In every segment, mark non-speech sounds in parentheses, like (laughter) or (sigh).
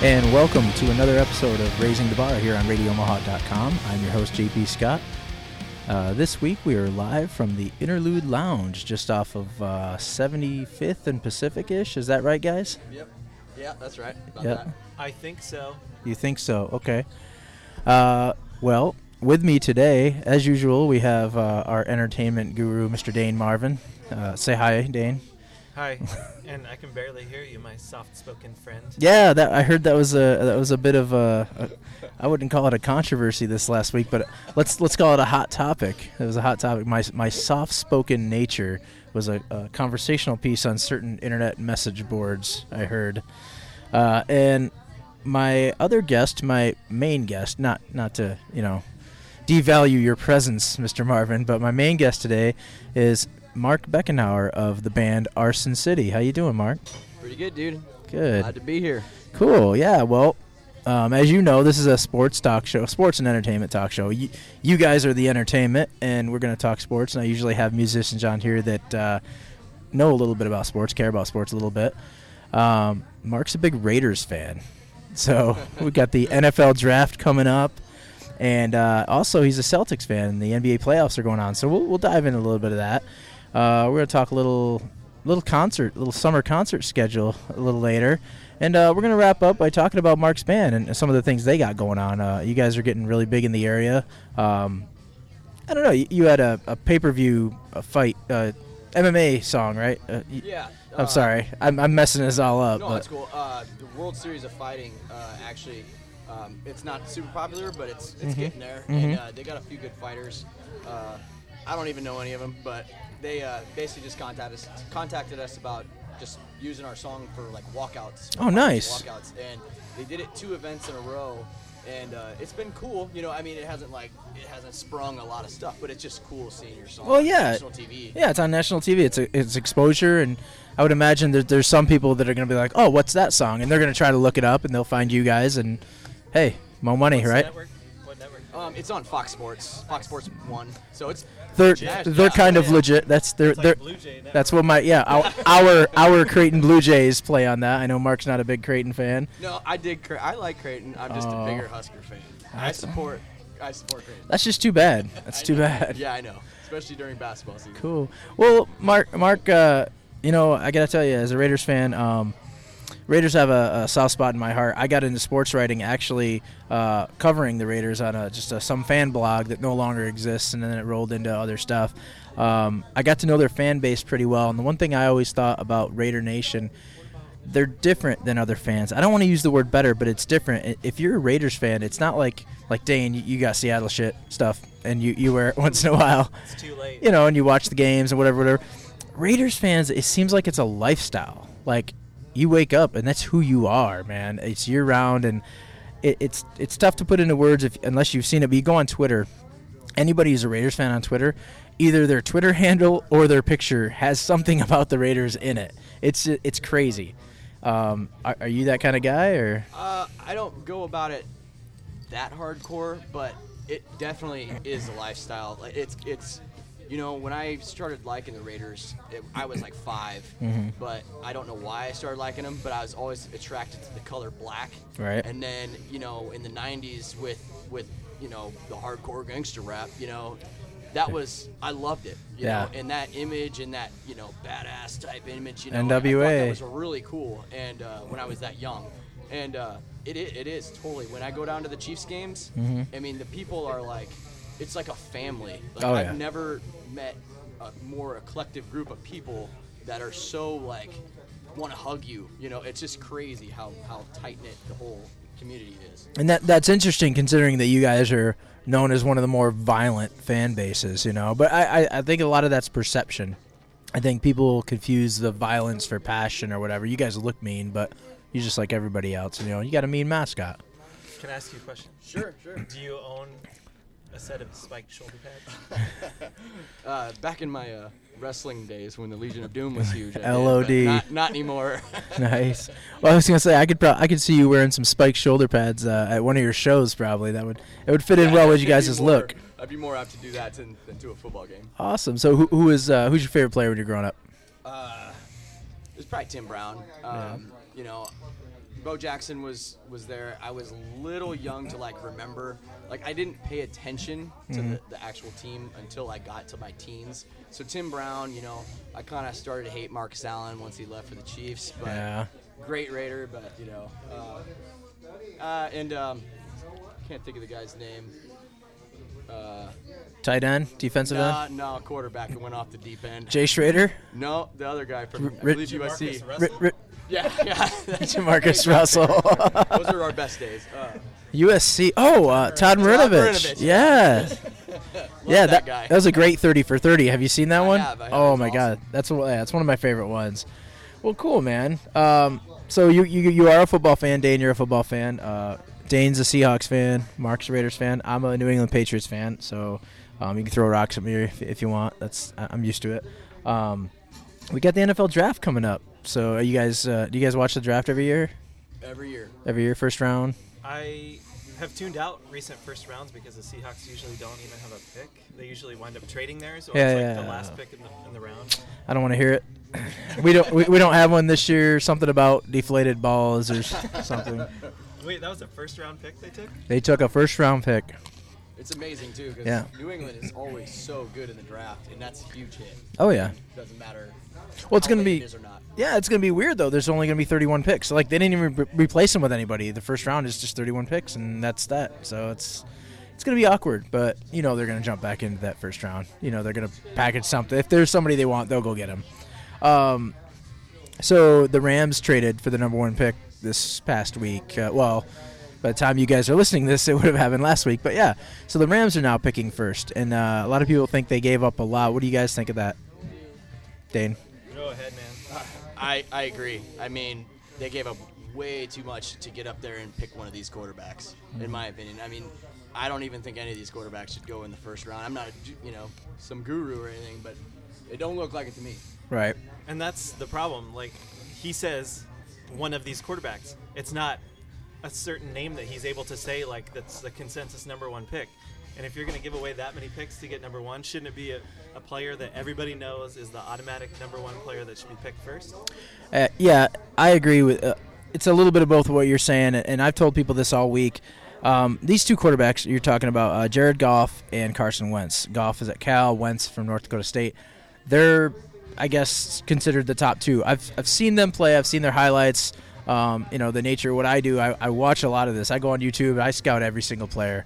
And welcome to another episode of Raising the Bar here on RadioOmaha.com. I'm your host, JP Scott. Uh, this week we are live from the Interlude Lounge just off of uh, 75th and Pacific ish. Is that right, guys? Yep. Yeah, that's right. About Yeah. that. I think so. You think so? Okay. Uh, well, with me today, as usual, we have uh, our entertainment guru, Mr. Dane Marvin. Uh, say hi, Dane. Hi, and I can barely hear you, my soft-spoken friend. Yeah, that I heard that was a that was a bit of a, a I wouldn't call it a controversy this last week, but let's let's call it a hot topic. It was a hot topic. My my soft-spoken nature was a, a conversational piece on certain internet message boards. I heard, uh, and my other guest, my main guest, not not to you know devalue your presence, Mr. Marvin, but my main guest today is Mark Beckenhauer of the band Arson City. How you doing, Mark? Pretty good, dude. Good. Glad to be here. Cool. Yeah. Well, um, as you know, this is a sports talk show, sports and entertainment talk show. You, you guys are the entertainment, and we're going to talk sports. And I usually have musicians on here that uh, know a little bit about sports, care about sports a little bit. Um, Mark's a big Raiders fan, so (laughs) we got the NFL draft coming up. And uh, also, he's a Celtics fan, and the NBA playoffs are going on, so we'll, we'll dive in a little bit of that. Uh, we're gonna talk a little, little concert, little summer concert schedule a little later, and uh, we're gonna wrap up by talking about Mark's band and some of the things they got going on. Uh, you guys are getting really big in the area. Um, I don't know. You, you had a, a pay-per-view uh fight, uh, MMA song, right? Uh, y- Yeah. I'm sorry, I'm, I'm messing this all up. No, but- that's cool. Uh, the World Series of Fighting, uh, actually, um, it's not super popular, but it's it's Mm-hmm. getting there, and uh, they got a few good fighters. Uh, I don't even know any of them, but they uh, basically just contacted us, contacted us about just using our song for like walkouts. Oh, nice. Walkouts, and they did it two events in a row. And uh, it's been cool, you know. I mean, it hasn't like it hasn't sprung a lot of stuff, but it's just cool seeing your song. Well, on yeah. national TV. Yeah, it's on national TV. It's a, it's exposure, and I would imagine that there's some people that are going to be like, "Oh, what's that song?" and they're going to try to look it up, and they'll find you guys, and hey, more money, What's the right? Oh, Network? What network? Um, it's on Fox Sports, Fox Sports One. So it's They're Legit. they're kind of Yeah. legit. That's their It's they're. like Blue Jay Network. That's what my yeah (laughs) our, our our Creighton Blue Jays play on that. I know Mark's not a big Creighton fan. No, I did. Cre- I like Creighton. I'm just Oh. a bigger Husker fan. I support. I support Creighton. That's just too bad. That's too bad. Yeah, I know. Especially during basketball season. Cool. Well, Mark, Mark, uh, you know, I gotta tell you, as a Raiders fan, um, Raiders have a, a soft spot in my heart. I got into sports writing actually uh, covering the Raiders on a, just a, some fan blog that no longer exists, and then it rolled into other stuff. Um, I got to know their fan base pretty well, and the one thing I always thought about Raider Nation they're different than other fans. I don't want to use the word better, but it's different. I- If you're a Raiders fan, it's not like like Dane, you, you got Seattle shit stuff, and you you wear it (laughs) once in a while, It's too late. you know, and you watch the games and whatever, whatever. Raiders fans, it seems like it's a lifestyle. Like you wake up and that's who you are, man. It's year round, and it, it's it's tough to put into words if unless you've seen it. But you go on Twitter, anybody who's a Raiders fan on Twitter, either their Twitter (laughs) handle or their picture has something about the Raiders in it. It's it's crazy. Um, are, are you that kind of guy, or Uh, I don't go about it that hardcore, but it definitely is a lifestyle. Like it's it's. You know, when I started liking the Raiders, it, I was like 5 Mm-hmm. but I don't know why I started liking them. But I was always attracted to the color black. Right. And then, you know, in the '90s with with you know the hardcore gangster rap, you know, that was I loved it. You Yeah. Know? And that image and that you know badass type image, you know, I thought NWA. that was really cool and uh, when I was that young. And uh, it, i- it is totally. When I go down to the Chiefs games, Mm-hmm. I mean, the people are like, it's like a family. Like, Oh, I've yeah. never met a more eclectic group of people that are so like, want to hug you. You know, it's just crazy how, how tight knit the whole community is. And that that's interesting considering that you guys are known as one of the more violent fan bases, you know. But I, I, I think a lot of that's perception. I think people confuse the violence for passion or whatever. You guys look mean, but you're just like everybody else, you know. You got a mean mascot. (laughs) Can I ask you a question? Sure, sure. Do you own a set of spiked shoulder pads? Uh, back in my uh, wrestling days when the Legion of Doom was (laughs) huge. I did, but LOD. Not, not anymore. nice. Well, I was gonna say I could pro- I could see you wearing some spiked shoulder pads uh, at one of your shows. Probably that would it would fit in (laughs) well (laughs) with you guys' I'd be more- look. I'd be more apt to do that than, than to a football game. Awesome. So who, who is uh, who's your favorite player when you're growing up? It's probably Tim Brown. Um, You know, Bo Jackson was was there. I was little young to like remember. Like I didn't pay attention to the, the actual team until I got to my teens. So Tim Brown, you know, I kind of started to hate Marcus Allen once he left for the Chiefs. But Yeah. great Raider, but you know, uh, uh, and um, can't think of the guy's name. Uh, Tight end, defensive no, end. no, quarterback that went off the deep end. Jay Schrader, No, the other guy from I Rich- believe USC. Jamarcus R- R- Yeah, (laughs) yeah. Jamarcus Russell, (laughs) Those are our best days. Uh, USC. Oh, uh, Todd Marinovich. Marinovich. (laughs) Yeah, yeah, that that, guy. that was a great thirty for thirty. Have you seen that one? have, I have. Oh It's my awesome. god, that's one- yeah, that's one of my favorite ones. Well, cool, man. Um, so you, you you are a football fan, Dane. You're a football fan. Uh, Dane's a Seahawks fan. Mark's a Raiders fan. I'm a New England Patriots fan. So um, you can throw rocks at me if, if you want. That's I- I'm used to it. Um, we got the NFL draft coming up. So are you guys uh, do you guys watch the draft every year? every year. Every year, first round. I have tuned out recent first rounds because the Seahawks usually don't even have a pick. They usually wind up trading theirs, or Yeah, it's like yeah, the last yeah. pick in the, in the round. I don't want to hear it. we don't we, we don't have one this year. Something about deflated balls or s- something. Wait, that was a first round pick they took? They took a first round pick. It's amazing too because Yeah. New England is always so good in the draft, and that's a huge hit. Oh yeah. Doesn't matter. Well, it's how gonna late be it is or not. yeah, it's gonna be weird though. There's only gonna be 31 picks. So, like they didn't even re- replace him with anybody. The first round is just 31 picks, and that's that. So it's it's gonna be awkward, but you know they're gonna jump back into that first round. You know they're gonna package something. If there's somebody they want, they'll go get him. Um, so the Rams traded for the number one pick this past week. Uh, well, by the time you guys are listening to this, (laughs) it would have happened last week. But yeah, so the Rams are now picking first, and uh, a lot of people think they gave up a lot. What do you guys think of that, Dane? Go ahead, man. I, I agree. I mean, they gave up way too much to get up there and pick one of these quarterbacks, Mm-hmm. in my opinion. I mean, I don't even think any of these quarterbacks should go in the first round. I'm not, a ju- you know, some guru or anything, but it don't look like it to me. Right. And that's the problem. Like, he says one of these quarterbacks. It's not a certain name that he's able to say, like, that's the consensus number one pick. And if you're going to give away that many picks to get number one, shouldn't it be a, a player that everybody knows is the automatic number one player that should be picked first? Uh, yeah, I agree with. Uh, it's a little bit of both of what you're saying, and I've told people this all week. Um, these two quarterbacks you're talking about, uh, Jared Goff and Carson Wentz. Goff is at Cal, Wentz from North Dakota State. They're, I guess, considered the top two. I've I've seen them play. I've seen their highlights. Um, you know the nature of what I do. I, I watch a lot of this. I go on YouTube. I scout every single player.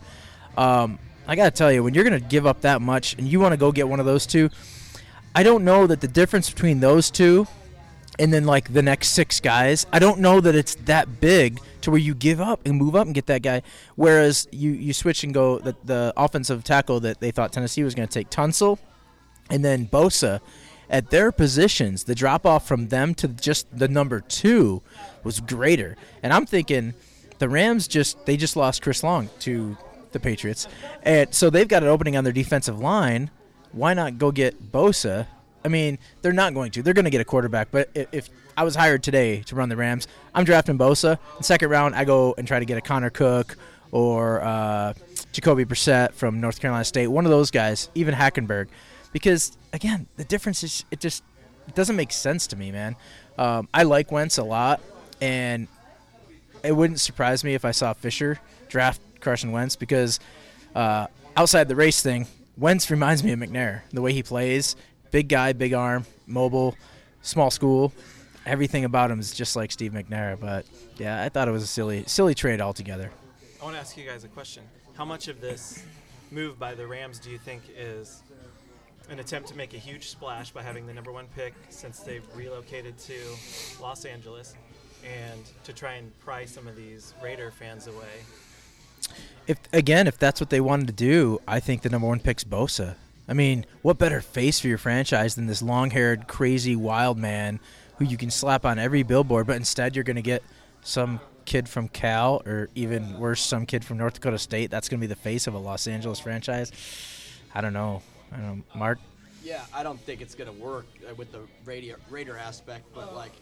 Um, I gotta tell you, when you're gonna give up that much and you want to go get one of those two, I don't know that the difference between those two and then like the next six guys. I don't know that it's that big to where you give up and move up and get that guy. Whereas you you switch and go the, the offensive tackle that they thought Tennessee was going to take Tunsil, and then Bosa at their positions. The drop off from them to just the number two was greater, and I'm thinking the Rams just they just lost Chris Long to the Patriots, and so they've got an opening on their defensive line. Why not go get Bosa? I mean, they're not going to. They're going to get a quarterback. But i- if I was hired today to run the Rams, I'm drafting Bosa. In second round, I go and try to get a Connor Cook or uh, Jacoby Brissett from North Carolina State. One of those guys, even Hackenberg, because again, the difference is it just it doesn't make sense to me, man. Um, I like Wentz a lot, and it wouldn't surprise me if I saw Fisher draft Carson Wentz because uh, outside the race thing, Wentz reminds me of McNair. The way he plays, big guy, big arm, mobile, small school. Everything about him is just like Steve McNair. But yeah, I thought it was a silly, silly trade altogether. I want to ask you guys a question. How much of this move by the Rams do you think is an attempt to make a huge splash by having the number one pick since they've relocated to Los Angeles and to try and pry some of these Raider fans away? If again, if that's what they wanted to do, I think the number one pick's Bosa. I mean, what better face for your franchise than this long-haired, crazy, wild man who you can slap on every billboard? But instead, you're going to get some kid from Cal, or even worse, some kid from North Dakota State. That's going to be the face of a Los Angeles franchise. I don't know. I don't know, Mark. Yeah, I don't think it's gonna work uh, with the radio, Raider aspect, but like,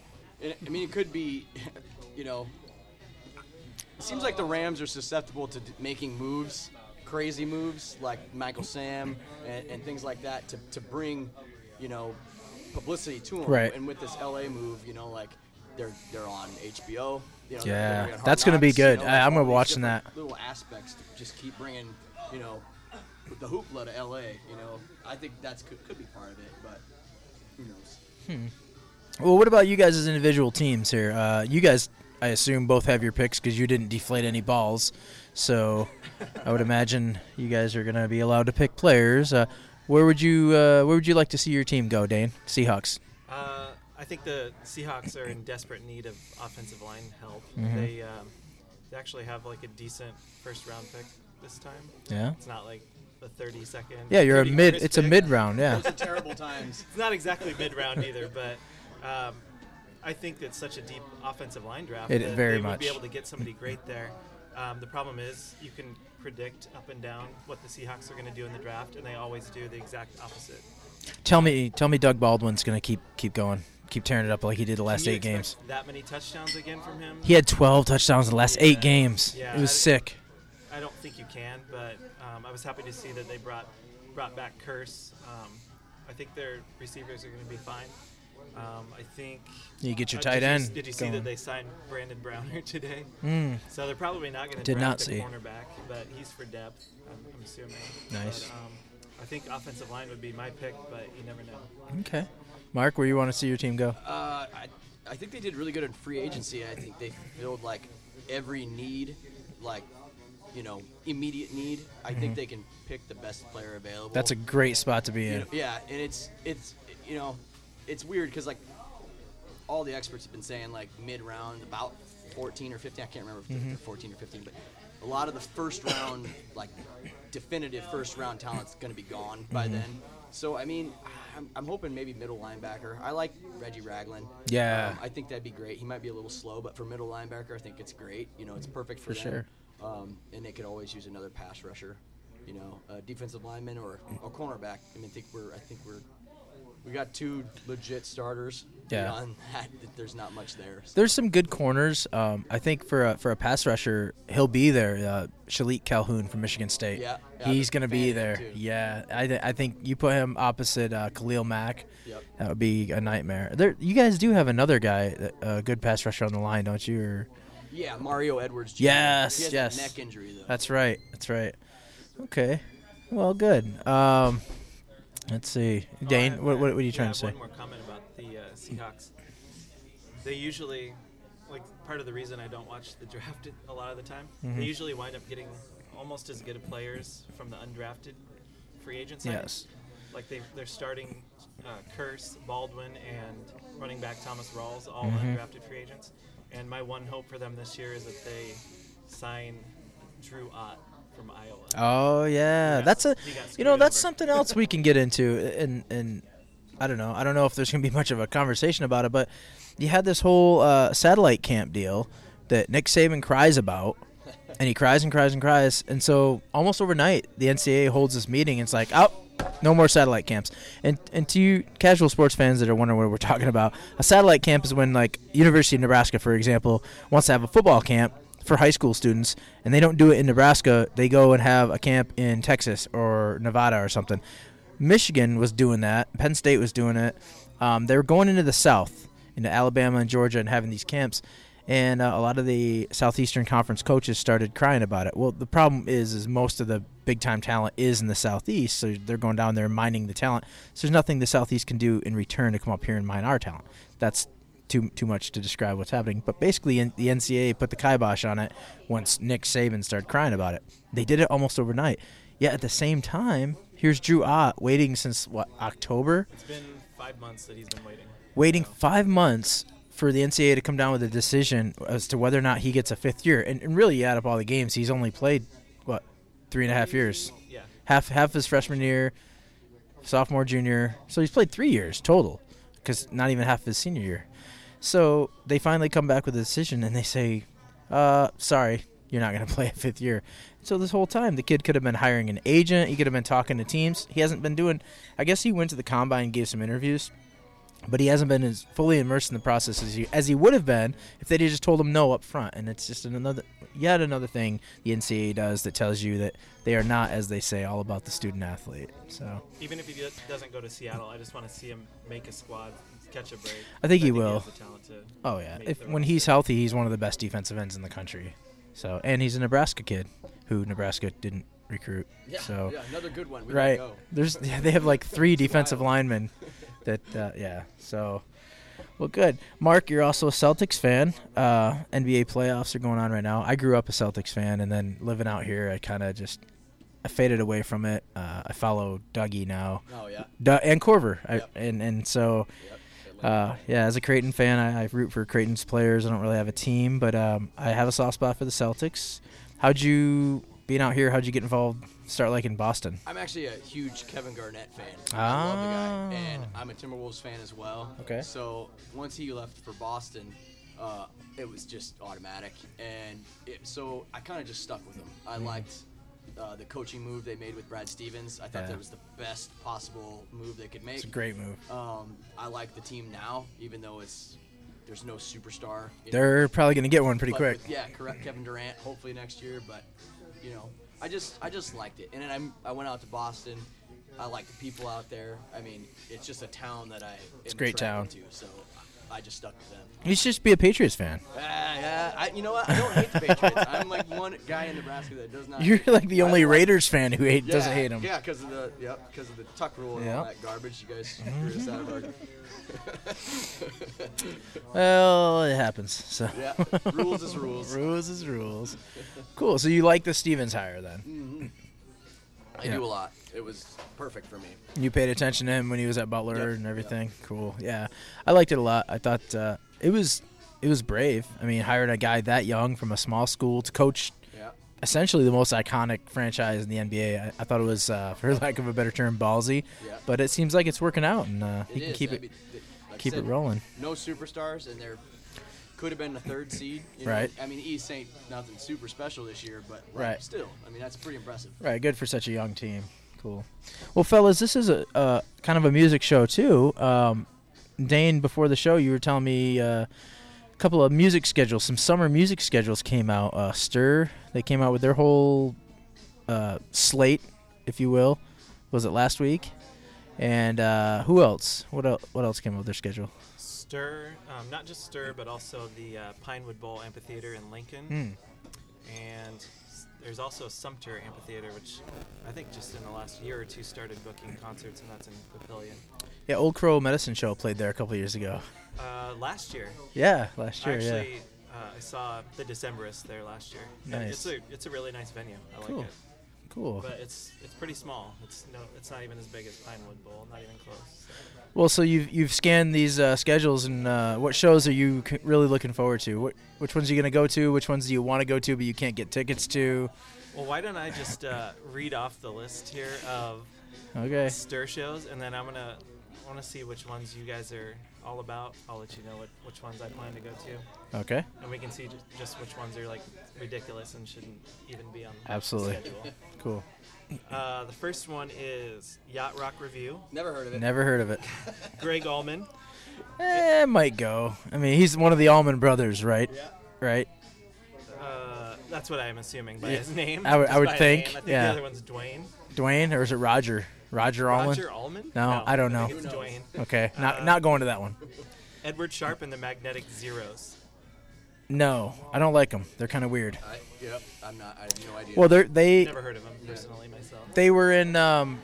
it, I mean, it could be, (laughs) you know, it seems like the Rams are susceptible to d- making moves, crazy moves like Michael Sam and, and things like that to, to bring, you know, publicity to them. Right. And with this LA move, you know, like they're they're on HBO. You know, they're- Yeah, they're on Hard that's gonna be Knocks, you good. know, I- I'm all gonna these watch different that. Little aspects to just keep bringing, you know, the hoopla to LA. You know, I think that's could, could be part of it, but who knows? Well, what about you guys as individual teams here? Uh, you guys, I assume, both have your picks because you didn't deflate any balls. So I would imagine you guys are going to be allowed to pick players. Uh, where would you uh, Where would you like to see your team go, Dane? Seahawks. Uh, I think the Seahawks are in desperate need of offensive line help. Mm-hmm. They um, they actually have like a decent first round pick this time. Yeah. It's not like the 32nd. Yeah, you're a 30 mid. first It's a pick. mid round. Yeah. Those are terrible times. (laughs) It's not exactly mid round either, but um, I think that's such a deep offensive line draft. It- that very they would much. be able to get somebody great there. Um, the problem is you can predict up and down what the Seahawks are going to do in the draft, and they always do the exact opposite. Tell me, tell me, Doug Baldwin's going to keep keep going, keep tearing it up like he did the Can last you eight expect games. That many touchdowns again from him? He had 12 touchdowns in the last Yeah. eight games. Yeah, it was I- sick. I don't think you can, but um, I was happy to see that they brought brought back Curse. Um, I think their receivers are going to be fine. Um, I think You get your Uh, tight did you s- end did you see going. that they signed Brandon Browner (laughs) today? Mm. So they're probably not going to Did draft not a see. cornerback, but he's for depth. I'm, I'm assuming. Nice. But, um, I think offensive line would be my pick, but you never know. Okay. Mark, where you want to see your team go? Uh, I, I think they did really good in free agency. I think they filled like every need, like you know, immediate need. I think they can pick the best player available. Mm-hmm. That's a great spot to be You in. know, yeah, and it's it's you know, it's weird because like all the experts have been saying like mid round about 14 or 15. I can't remember if they're 14 or 15, but a lot of the first round like definitive first round talent's going to be gone by then. So I mean, I'm, I'm hoping maybe middle linebacker. I like Reggie Ragland. Yeah. Um, I think that'd be great. He might be a little slow, but for middle linebacker, I think it's great. You know, it's perfect for, For them. sure. Um, and they could always use another pass rusher, you know, a defensive lineman or a cornerback. I mean, I think we're, I think we're, we got two legit starters. Yeah. Beyond (laughs) that, th- there's not much there. So There's some good corners. Um, I think for a, for a pass rusher, he'll be there. Uh, Shalik Calhoun from Michigan State. Yeah, yeah, I've he's been gonna be fanning there. him too. Yeah, I, th- I think you put him opposite uh, Khalil Mack. Yep. That would be a nightmare. There, you guys do have another guy, that- a good pass rusher on the line, don't you? Or, yeah, Mario Edwards. Jr. Yes, He has yes. That neck injury though. that's right. That's right. Okay. Well, good. Um, let's see, Dane. Oh, I- what, what, what are yeah, you trying I to have say? One more comment about the uh, Seahawks. They usually, like, part of the reason I don't watch the draft (laughs) a lot of the time, Mm-hmm. they usually wind up getting almost as good of players from the undrafted free agents. Yes. Like they they're starting uh, Curse, Baldwin, and running back Thomas Rawls, all Mm-hmm. undrafted free agents. And my one hope for them this year is that they sign Drew Ott from Iowa. Oh yeah, got- that's a he got you know screwed that's over. something else we can get into and and I don't know I don't know if there's gonna be (laughs) much of a conversation about it, but you had this whole uh, satellite camp deal that Nick Saban cries about, and he cries and cries and cries, and so almost overnight the NCAA holds this meeting and it's like oh. No more satellite camps, and and to you casual sports fans that are wondering what we're (laughs) talking about, a satellite camp is when like University of Nebraska, for example, wants to have a football camp, for high school students, and they don't do it in Nebraska. They go and have a camp in Texas or Nevada or something. Michigan was doing that. Penn State was doing it. Um, they were going into the South, into Alabama and Georgia, and having these camps. And uh, a lot of the Southeastern Conference coaches started crying about it. Well, the problem is, is most of the big time talent is in the Southeast, so they're going down there and mining the talent. So there's nothing the Southeast can do in return to come up here and mine our talent. That's too too much to describe what's happening. But basically, in, the NCAA put the kibosh on it once Nick Saban started crying about it. They did it almost overnight. Yet at the same time, here's Drew Ott waiting since what October, It's been five months that he's been waiting. waiting five months for the NCAA to come down with a decision as to whether or not he gets a fifth year. And, and really, you add up all the games, he's only played what three and a half years Yeah. half half his freshman year, sophomore, junior. So he's played three years total, because not even half his senior year. So they finally come back with a decision, and they say, uh, "Sorry, you're not going to (laughs) play a fifth year." So this whole time, the kid could have been hiring an agent. He could have been talking to teams. He hasn't been doing. I guess he went to the combine and gave some interviews, but he hasn't been as fully immersed in the process as he, as he would have been if they'd have just told him no up front. And it's just another yet another thing the NCAA does that tells you that they are not, as they say, all about the student athlete. So Even if he do- doesn't go to Seattle, I just want to see him make a squad catch a break. I think he has will. the talent to Oh yeah. make If the when roster. he's healthy, he's one of the best defensive ends in the country. So and he's a Nebraska kid who Nebraska didn't recruit. Yeah, so yeah, another good one. We let right. Go. (laughs) There's (laughs) yeah, they have like three defensive wild. linemen that uh, yeah. So well good. Mark, you're also a Celtics fan. Uh, NBA playoffs are going on right now. I grew up a Celtics fan and then living out here I kind of just I faded away from it. Uh, I follow Dougie now. Oh yeah. Du- and Corver. I, Yep. and and so Yep. Atlanta. uh, yeah, as a Creighton fan, I, I root for Creighton's players. I don't really have a team, but um, I have a soft spot for the Celtics. How'd you being out here? How'd you get involved? Start like in Boston. I'm actually a huge Kevin Garnett fan. I love the Ah. guy, and I'm a Timberwolves fan as well. Okay. So once he left for Boston, uh, it was just automatic, and it, so I kind of just stuck with him. I Mm-hmm. liked uh, the coaching move they made with Brad Stevens. I thought Yeah. that was the best possible move they could make. It's a great move. Um, I like the team now, even though it's there's no superstar. you know, They're probably gonna get one pretty but quick. with- yeah, correct. Kevin Durant, hopefully next year. But you know, I just I just liked it, and then I I went out to Boston. I like the people out there. I mean, it's just a town that I it's a great to, so I just stuck with them. You should just be a Patriots fan. Ah, yeah, I, you know what? I don't hate the Patriots. I'm like one guy in Nebraska that does (laughs) not. You're hate- like the I only like- Raiders fan who hate, yeah, doesn't hate them. Yeah, because of the yep, because of the tuck rule and all Yep. Mm-hmm. that garbage. You guys screwed us out of (laughs) our (laughs) Well, it happens. So (laughs) yeah rules is rules. rules is rules. Cool. So you like the Stevens hire then? I Yeah. do a lot. It was perfect for me. You paid attention to him when he was at Butler Mm. Yep, and yep. everything. Cool. Yeah, I liked it a lot. I thought uh, it was it was brave. I mean, hiring a guy that young from a small school to coach Yeah. essentially the most iconic franchise in the NBA. I, I thought it was, uh, for (laughs) lack of a better term, ballsy. Yeah. But it seems like it's working out, and uh, he It can is. keep I it mean, th- like I keep it said, rolling. No superstars, and there could have been a third seed. You know? Right. I mean, East ain't nothing super special this year, but like, Right. still, I mean, that's pretty impressive. Right, good for such a young team. Cool. Well, fellas, this is a uh, kind of a music show too. Um, Dane, before the show, you were telling me uh, a couple of music schedules. Some summer music schedules came out. Uh, Stir, they came out with their whole uh, slate, if you will. Was it last week? And uh, who else? What el- What else came out with their schedule? Stir, um, not just Stir, but also the uh, Pinewood Bowl Amphitheater in Lincoln. Hmm. And s- there's also Sumter Amphitheater, which I think just in the last year or two started booking concerts, and that's in Papillion. Yeah, Old Crow Medicine Show played there a couple years ago. Uh, last year, Yeah, last year. I yeah. actually uh, I saw the Decemberists there last year. And Nice. It's a it's a really nice venue. I Cool. like it. Cool. But it's it's pretty small. It's no it's not even as big as Pinewood Bowl. Not even close. So. Well, so you've you've scanned these uh, schedules, and uh, what shows are you c- really looking forward to? What, which ones are you gonna go to? Which ones do you want to go to but you can't get tickets to? Well, why don't I just uh, read off the list here of Okay. stir shows, and then I'm gonna want to see which ones you guys are all about. I'll let you know what which ones I plan to go to, Okay. and we can see just, just which ones are like ridiculous and shouldn't even be on the Absolutely. schedule. Cool. Uh, the first one is Yacht Rock Review. Never heard of it. Never heard of it. Greg Allman. Eh, might go. I mean, he's one of the Allman Brothers, right? Yeah. Right. Uh, that's what I'm assuming by Yeah. his name. I would- I just would by think, name. I think yeah. the other one's Dwayne. Dwayne, or is it Roger? Roger Allman. Roger Allman. Uh, No, I don't know. think it's Dwayne. Okay. Not not going to that one. Edward Sharp and the Magnetic Zeros. No, I don't like them. They're kind of weird. I, yep. I'm not. I have no idea. Well, they're they Never heard of him personally myself. they were in um,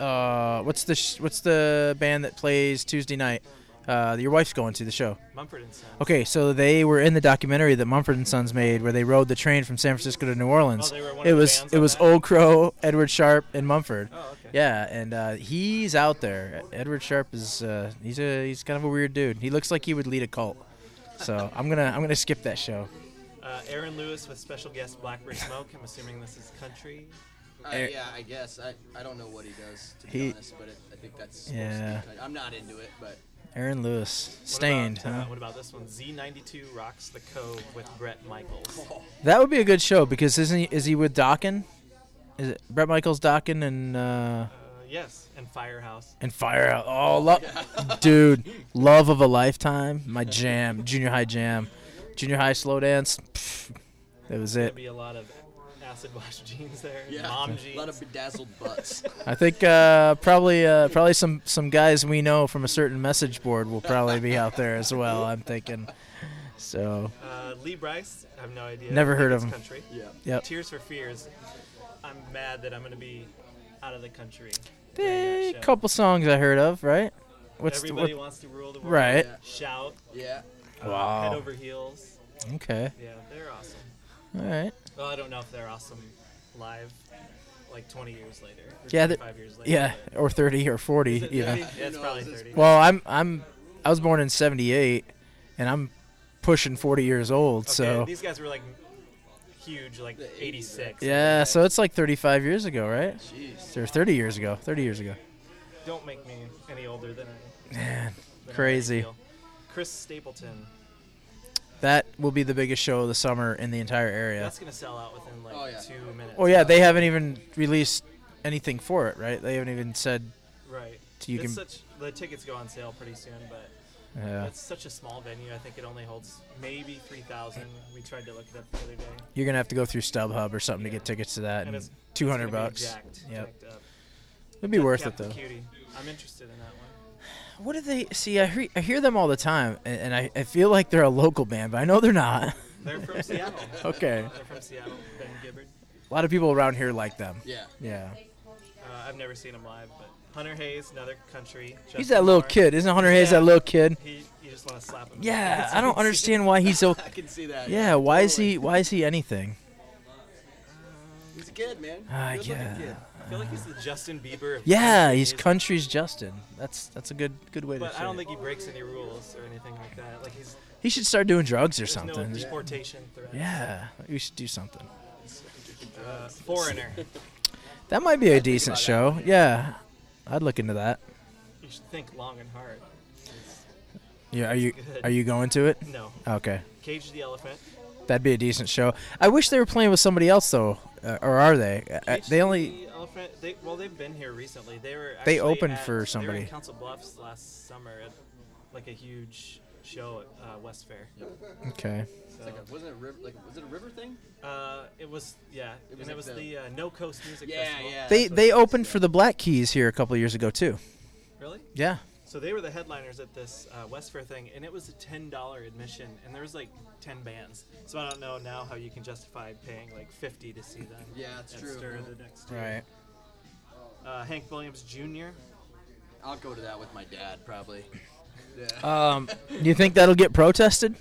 uh, what's the sh- what's the band that plays Tuesday night? Uh, your wife's going to the show. Mumford and Son. Okay, so they were in the documentary that Mumford and Sons made, where they rode the train from San Francisco to New Orleans. Oh, they were one of it the was bands it on was that? Old Crow, Edward Sharp, and Mumford. Oh, okay. Yeah, and uh, he's out there. Edward Sharp is uh, he's a he's kind of a weird dude. He looks like he would lead a cult. So I'm gonna I'm gonna skip that show. Uh, Aaron Lewis with special guest Blackbird Smoke. I'm assuming this is country. Uh, eh. yeah, I guess. I, I don't know what he does to be He- honest, but it, I think that's. supposed to Yeah. be- I'm not into it, (laughs) but Aaron Lewis, What stained. About, uh, huh? What about this one? Z92 rocks the Cove with Brett Michaels. That would be a good show because isn't he, is he with Dokken? Is it Brett Michaels Dokken and uh, Uh, yes, and Firehouse. and Fire Out? Oh, lo- dude, love of a lifetime, my jam, junior high jam, junior high slow dance. Pff, that was There'll it. be a lot of acid wash (laughs) jeans there. Yeah. Mom A lot of jeans. bedazzled (laughs) butts. I think uh, probably uh, probably some some guys we know from a certain message board will probably be out there as well. I'm thinking. So Uh, Lee Bryce, I have no idea. Never I think heard of it's him. Country. yeah. yep. Tears for Fears. I'm mad that I'm gonna be out of the country. during A that show. eh, couple songs I heard of, right? What's the, Everybody what, wants to rule the world. right? Yeah. Shout. Yeah. uh, Wow. Head over heels. Okay. Yeah, they're awesome. All right. Well, I don't know if they're awesome live, like 20 years later. Or Yeah, they're- 25 years later. Yeah, or thirty or forty Is it even. 30? Yeah, it's Who probably knows? 30. Well, I'm I'm I was born in '78, and I'm pushing 40 years old. Okay, so these guys were like huge, like The 80s, right? 86. yeah, so it's like 35 years ago, right? Jeez. Or 30 years ago. 30 years ago. Don't make me any older than I. Man, Than I Crazy. feel. Chris Stapleton. that will be the biggest show of the summer in the entire area. That's gonna sell out within like Oh, yeah. two minutes. Oh yeah, they haven't even released anything for it, right? They haven't even said. Right. So you it's can- such the tickets go on sale pretty soon, but Yeah. it's such a small venue. I think it only holds maybe 3,000. We tried to look it up the other day. You're gonna have to go through StubHub or something to Yeah. get tickets to that, And and, it's- it's two hundred It's gonna be bucks. Jacked, Yep, jacked up. it'd be worth it Captain though. Cutie. I'm interested in that one. What do they see? I hear I hear them all the time, and, and I, I feel like they're a local band, but I know they're not. They're from Seattle. (laughs) okay, They're from Seattle. Ben Gibbard. a lot of people around here like them. Yeah. Yeah, Uh, I've never seen him live, but Hunter Hayes, another country. he's Justin that little Moore. kid, isn't Hunter Hayes Yeah. that little kid? He, you just want to slap him. Yeah, I don't understand why he's (laughs) so. (laughs) I can see that. Yeah, why is Totally. he? Why is he anything? He's a kid, man. Ah, Good looking yeah. kid. I feel like he's the Justin Bieber. Of Yeah, country he's music. country's Justin. That's that's a good good way to But say. I don't it. think he breaks any rules or anything like that. Like he's he should start doing drugs or there's no something. deportation threat. Yeah, we should do something. Uh, foreigner. That might be a decent about that. show. Yeah, I'd look into that. you should think long and hard. Yeah, are you good. are you going to it? No. Okay, Cage the elephant. that'd be a decent show. I wish they were playing with somebody else though, uh, or are they? Uh, Cage they only the elephant. They, well, they've been here recently. They were. They actually opened at- for They were somebody. in Council Bluffs last summer at like a huge show at uh, West Fair. okay. It's like a, wasn't it a river, like was it a river thing? Uh, it was yeah, It was and it like was the- the, uh, No Coast Music Yeah, Festival. yeah. They That's what they it was, opened yeah. for the Black Keys here a couple years ago too. Really? Yeah. So they were the headliners at this uh, West Fair thing, and it was a ten dollar admission, and there was like ten bands. So I don't know now how you can justify paying like fifty to see them. Yeah, it's at true. Stir the next year. Right. Uh, Hank Williams Jr. I'll go to that with my dad (laughs) probably. Yeah. Um, you think that'll get protested?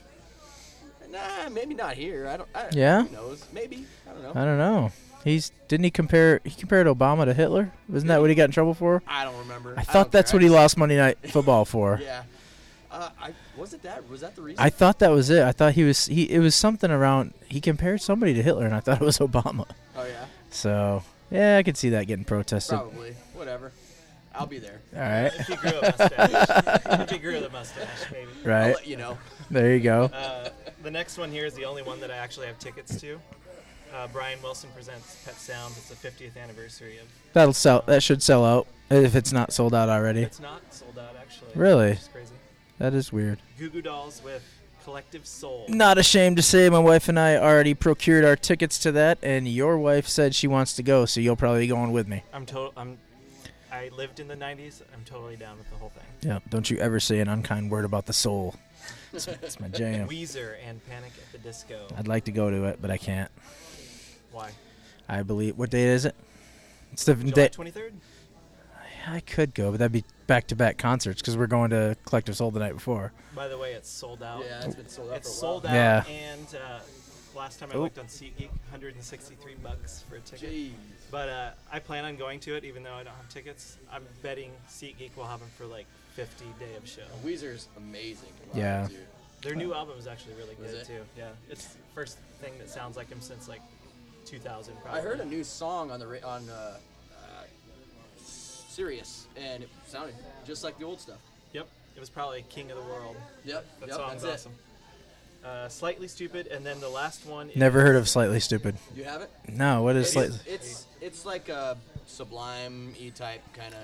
nah, maybe not here. I don't. I, Yeah? Uh, Who knows? Maybe. I don't know. I don't know. He's didn't he compare he compared Obama to Hitler? Wasn't that what he got in trouble for? I don't remember. I thought that's what he lost Monday Night Football for. he. Yeah. Uh, I was it that was that the reason? I thought that was it. I thought he was he it was something around he compared somebody to Hitler and I thought it was Obama. oh yeah, So, yeah, I could see that getting protested. probably. Whatever. I'll be there. All (laughs) right. If he grew a mustache, if he grew the mustache, maybe. I'll Right. let you (laughs) know. There you go. Uh, the next one here is the only one that I actually have tickets to. Uh, Brian Wilson presents Pet Sounds. It's the 50th anniversary of That'll sell that should sell out if it's not sold out already. It's not sold out actually. Really? Which is crazy. That is weird. Goo Goo Dolls with Collective Soul. Not ashamed to say my wife and I already procured our tickets to that and your wife said she wants to go, so you'll probably be going with me. I'm total. I'm. I lived in the '90s. I'm totally down with the whole thing. Yeah, don't you ever say an unkind word about the soul. (laughs) It's, it's my jam. Weezer and Panic at the Disco. I'd like to go to it, but I can't. Why? I believe. What date is it? It's the July day. 23rd. I could go, but that'd be back-to-back concerts because we're going to Collective Soul the night before. By the way, it's sold out. Yeah, it's been sold out It's for a while. sold out. Yeah. Oh. And uh, last time I Ooh. looked on SeatGeek, 163 bucks for a ticket. Jeez. But uh, I plan on going to it, even though I don't have tickets. I'm betting SeatGeek will have them for like 50 day of show. Weezer's amazing. Wow, Yeah. dude. Their new album is actually really Is good it? too. Yeah, it's the first thing that sounds like him since like 2000. Probably. I heard a new song on the ra- on uh, uh, Sirius, and it sounded just like the old stuff. Yep, it was probably King of the World. Yep. That yep, song's that's it. awesome. Uh, slightly stupid, and then the last one. Is, Never heard of Slightly Stupid. You have it? No, what is It's Slightly? it's, it's like a sublime E type kind of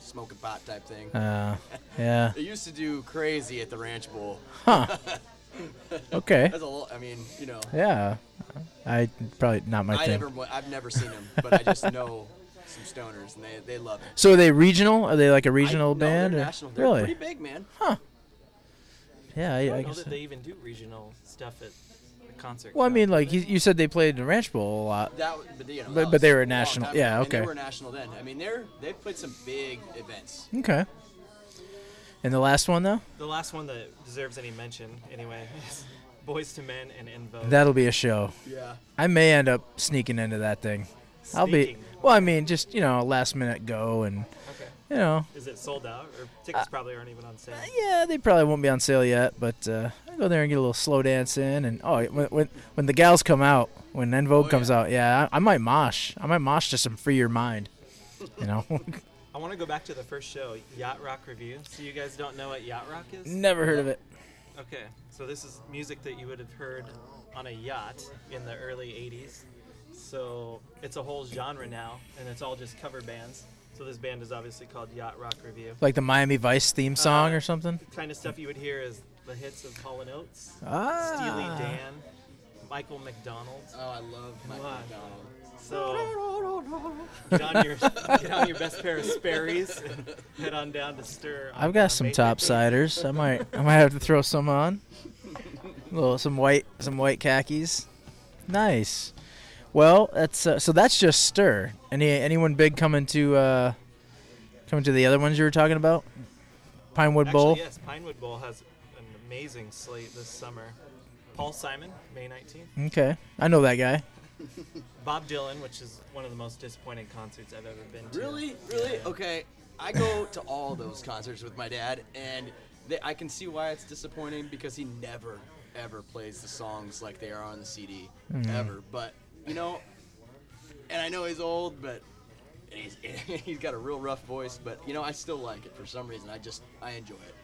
smoking pot type thing. Uh, yeah. They used to do crazy at the Ranch Bowl. Huh. Okay. That's a lot. I mean, you know, Yeah. I probably not my I thing. never, wa- I've never seen them, but I just know some stoners, and they, they love it. so are they regional? Are they like a I- regional no, band? They're or- national. They're really? pretty big, man. Yeah, I, I I don't know guess. that so. they even do regional stuff at a concert. Well, I you know? mean, like you, you said, they played in the Ranch Bowl a lot. That, w- but, you know, But- that but was they were a long national. time Yeah, ago, and okay. they were national then. I mean, they're they've played some big events. Okay. And the last one though, the last one that deserves any mention, anyway, is Boys to Men and In Vogue. that'll be a show. Yeah. I may end up sneaking into that thing. I'll be. Sneaking. Well, I mean, just you know, last minute go and Okay. you know, Is it sold out, or tickets probably aren't even on sale? yeah, they probably won't be on sale yet, but uh, I go there and get a little slow dance in, and oh, when when, when the gals come out, when En Vogue Oh, comes yeah. out, yeah, I, I might mosh. I might mosh to some Free Your Mind. You (laughs) know, I want to go back to the first show, Yacht Rock Review. So you guys don't know what Yacht Rock is? never heard of it. Okay, so this is music that you would have heard on a yacht in the early 80s. So it's a whole genre now, and it's all just cover bands. So this band is obviously called Yacht Rock Review. Like the Miami Vice theme song Uh, or something. The kind of stuff you would hear is the hits of Hall & Oates, Ah. Steely Dan, Michael McDonald. Oh, I love Michael Wow. McDonald. So get on your, get on your best pair of Sperry's and head on down to Stir. on- I've got on some May topsiders. I might I might have to throw some on. A little some white some white khakis. Nice. Well, that's uh, so that's just stir. Any anyone big coming to uh coming to the other ones you were talking about? Pinewood Bowl. Actually, yes, Pinewood Bowl has an amazing slate this summer. Paul Simon, May 19th. Okay. I know that guy. Bob Dylan, which is one of the most disappointing concerts I've ever been to. Really, really? Okay. I go to all those concerts with my dad, and they, I can see why it's disappointing because he never, ever plays the songs like they are on the CD, ever. But you know, and I know he's old, but and he's (laughs) he's got a real rough voice. But you know, I still like it for some reason. I just I enjoy it.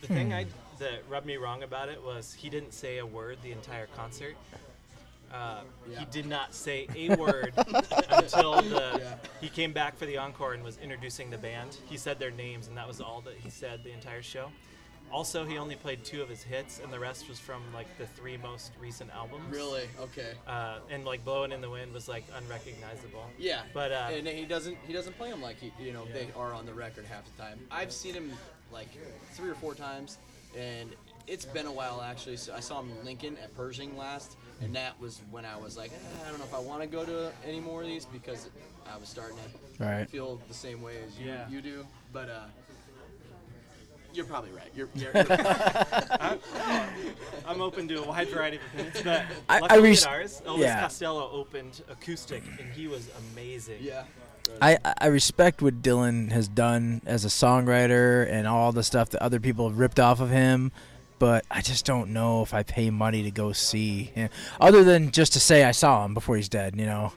The thing Hmm. I that rubbed me wrong about it was he didn't say a word the entire concert. Uh, He Yeah. did not say (laughs) a word until the, Yeah. he came back for the encore and was introducing the band. He said their names, and that was all that he said the entire show. Also, he only played two of his hits, and the rest was from like the three most recent albums. Really? Okay. Uh, and like blowing in the wind was like unrecognizable. Yeah. But uh, and he doesn't he doesn't play them like he you know Yeah. they are on the record half the time. I've seen him like three or four times, and it's been a while actually. So I saw him in Lincoln at Pershing last, and that was when I was like, "Eh, I don't know if I want to go to any more of these because I was starting to Right. feel the same way as you Yeah. you do. But uh, you're probably right. You're, you're, (laughs) you're I'm open to a wide variety of opinions, but (laughs) I- I luckily at res- ours, Elvis yeah. Costello opened acoustic, and he was amazing. yeah. I, I respect what Dylan has done as a songwriter and all the stuff that other people have ripped off of him, but I just don't know if I pay money to go see him. Other than just to say I saw him before he's dead, you know?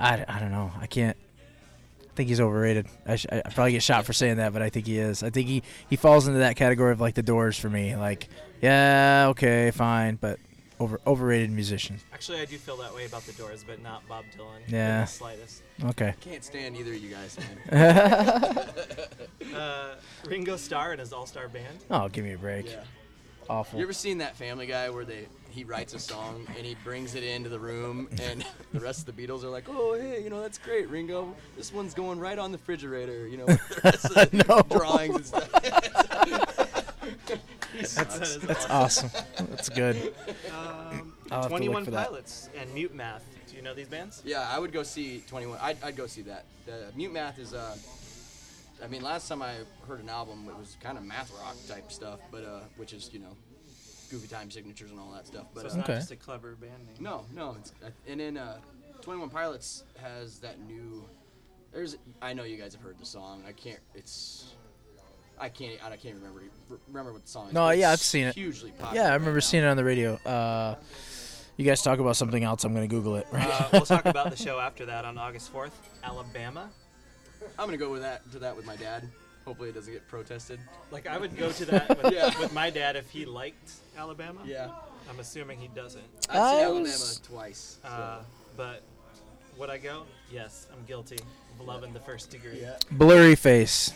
I, I don't know. I can't. I think he's overrated. I, sh- I I'd probably get shot for saying that, but I think he is. I think he, he falls into that category of like the doors for me. Like, yeah, okay, fine, but over overrated musician. Actually, I do feel that way about the Doors, but not Bob Dylan in Yeah. the slightest. Okay. Can't stand either of you guys, man. Uh, Ringo Starr and his all-star band. Oh, give me a break. Yeah. Awful. You ever seen that Family Guy where they he writes a song and he brings it into the room and (laughs) the rest of the Beatles are like, oh hey, you know that's great, Ringo. This one's going right on the refrigerator, you know, (laughs) with the rest of the drawings and stuff. That's, That's awesome. That's good. Um, I'll have to look Twenty-One for that. Pilots and Mute Math. Do you know these bands? (laughs) yeah, I would go see 21. I'd, I'd go see that. The Mute Math is uh, I mean, last time I heard an album, it was kind of math rock type stuff, but uh, which is you know, goofy time signatures and all that stuff. But So it's uh, not Okay. just a clever band name. No, no. It's, and then uh, Twenty One Pilots has that new. There's. I know you guys have heard the song. I can't. It's. I can't. I can't remember. Remember what the song is. No, but yeah, it's I've seen it. Hugely popular. Yeah, I right remember now. seeing it on the radio. Uh, you guys talk about something else. I'm going to Google it. Right? Uh, we'll talk about the show after that on August fourth. Alabama. I'm gonna go with that to that with my dad. Hopefully, it doesn't get protested. Like I would go to that (laughs) with, Yeah. with my dad if he liked Alabama. Yeah, I'm assuming he doesn't. I've seen I Alabama was- twice. So. Uh, but would I go? Yes, I'm guilty of loving the first degree. yeah. Blurry face.